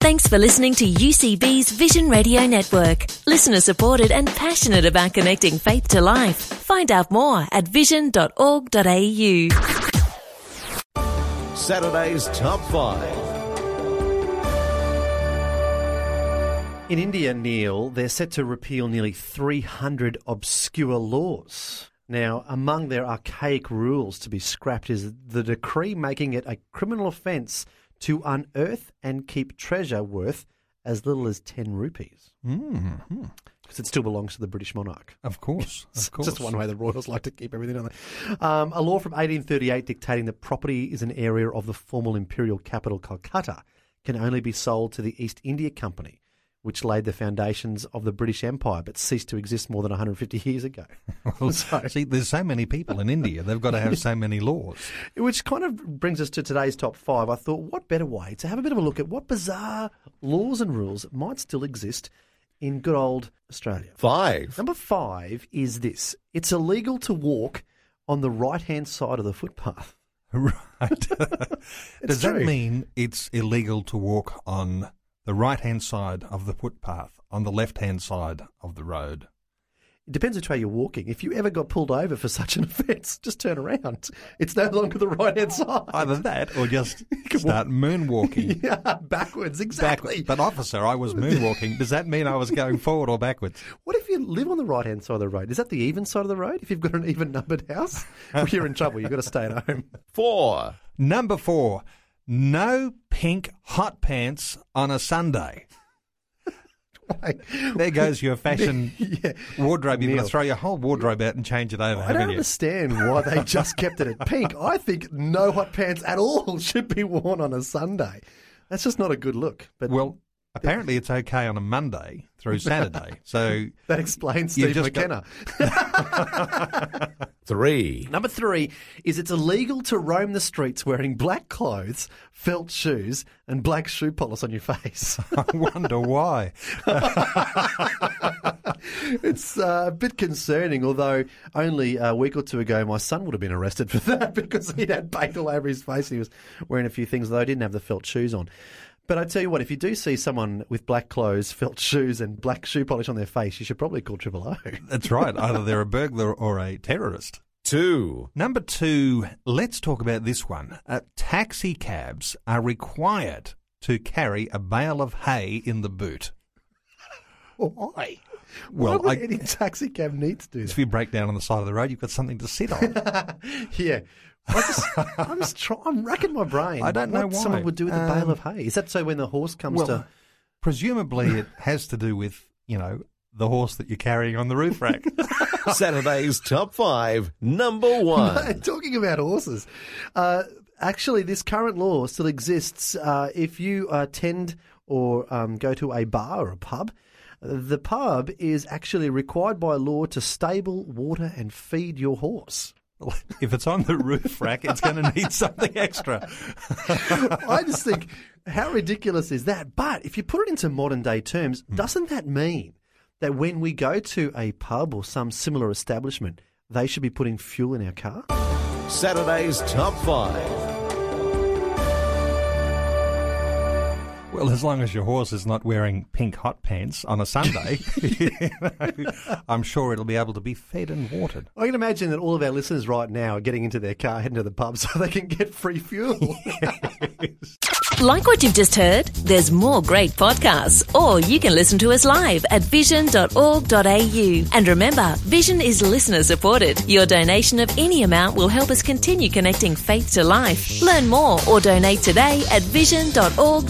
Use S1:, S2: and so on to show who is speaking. S1: Thanks for listening to UCB's Vision Radio Network. Listener supported and passionate about connecting faith to life. Find out more at vision.org.au.
S2: Saturday's Top 5.
S3: In India, Neil, they're set to repeal nearly 300 obscure laws. Now, among their archaic rules to be scrapped is the decree making it a criminal offence to unearth and keep treasure worth as little as 10 rupees. Because it still belongs to the British monarch.
S4: Of course,
S3: It's
S4: of course.
S3: Just one way the royals like to keep everything on there. Um, a law from 1838 dictating that property is an area of the formal imperial capital Calcutta can only be sold to the East India Company, which laid the foundations of the British Empire but ceased to exist more than 150 years ago.
S4: Well,
S3: Sorry.
S4: see, there's so many people in India; they've got to have so many laws.
S3: Which kind of brings us to today's top five. I thought, what better way to have a bit of a look at what bizarre laws and rules might still exist in good old Australia?
S2: 5.
S3: Number five is this it's illegal to walk on the right hand side of the footpath.
S4: Right?
S3: It's
S4: Does that
S3: true.
S4: mean it's illegal to walk on the right-hand side of the footpath, on the left-hand side of the road?
S3: It depends which way you're walking. If you ever got pulled over for such an offence, just turn around. It's no longer the right hand side.
S4: Either that, or just start moonwalking.
S3: Yeah, backwards, exactly.
S4: Back- but officer, I was moonwalking. Does that mean I was going forward or backwards?
S3: What if you live on the right hand side of the road? Is that the even side of the road? If you've got an even numbered house, well, you're in trouble. You've got to stay at home.
S2: 4.
S4: Number four, no pink hot pants on a Sunday.
S3: Like,
S4: There goes your fashion
S3: yeah.
S4: wardrobe. You're going
S3: Neil.
S4: to throw your whole wardrobe out and change it over,
S3: I don't
S4: haven't you?
S3: understand why they just kept it at pink. I think no hot pants at all should be worn on a Sunday. That's just not a good look. But
S4: Well, apparently it's okay on a Monday through Saturday. So
S3: that explains
S4: You've
S3: Steve
S4: just got-
S3: McKenna.
S2: 3.
S3: Number three is it's illegal to roam the streets wearing black clothes, felt shoes, and black shoe polish on your face.
S4: I wonder why.
S3: it's uh, a bit concerning, although only a week or two ago my son would have been arrested for that because he'd had paint all over his face. He was wearing a few things, though he didn't have the felt shoes on. But I tell you what, if you do see someone with black clothes, felt shoes, and black shoe polish on their face, you should probably call Triple O.
S4: That's right. Either they're a burglar or a terrorist.
S2: 2.
S4: Number two, let's talk about this one. Uh, taxi cabs are required to carry a bale of hay in the boot.
S3: Why? Why
S4: Well,
S3: would
S4: I-
S3: any taxi cab need to do that?
S4: If you break down on the side of the road, you've got something to sit on.
S3: Yeah. I just, I'm just try, I'm racking my brain.
S4: I don't know
S3: what
S4: why.
S3: someone would do with a bale
S4: Um,
S3: of hay. Is that so when the horse comes
S4: Well,
S3: to?
S4: presumably it has to do with, you know, the horse that you're carrying on the roof rack.
S2: Saturday's Top 5. Number 1.
S3: Talking about horses, uh, actually, this current law still exists. Uh, if you attend or um, go to a bar or a pub, the pub is actually required by law to stable, water, and feed your horse.
S4: if it's on the roof rack, it's going to need something extra.
S3: I just think, how ridiculous is that? But if you put it into modern day terms, doesn't that mean that when we go to a pub or some similar establishment, they should be putting fuel in our car?
S2: Saturday's Top 5.
S4: Well, as long as your horse is not wearing pink hot pants on a Sunday, you know, I'm sure it'll be able to be fed and watered.
S3: I can imagine that all of our listeners right now are getting into their car, heading to the pub so they can get free fuel.
S1: Like what you've just heard? There's more great podcasts, or you can listen to us live at vision.org.au. And remember, Vision is listener supported. Your donation of any amount will help us continue connecting faith to life. Learn more or donate today at vision.org.au.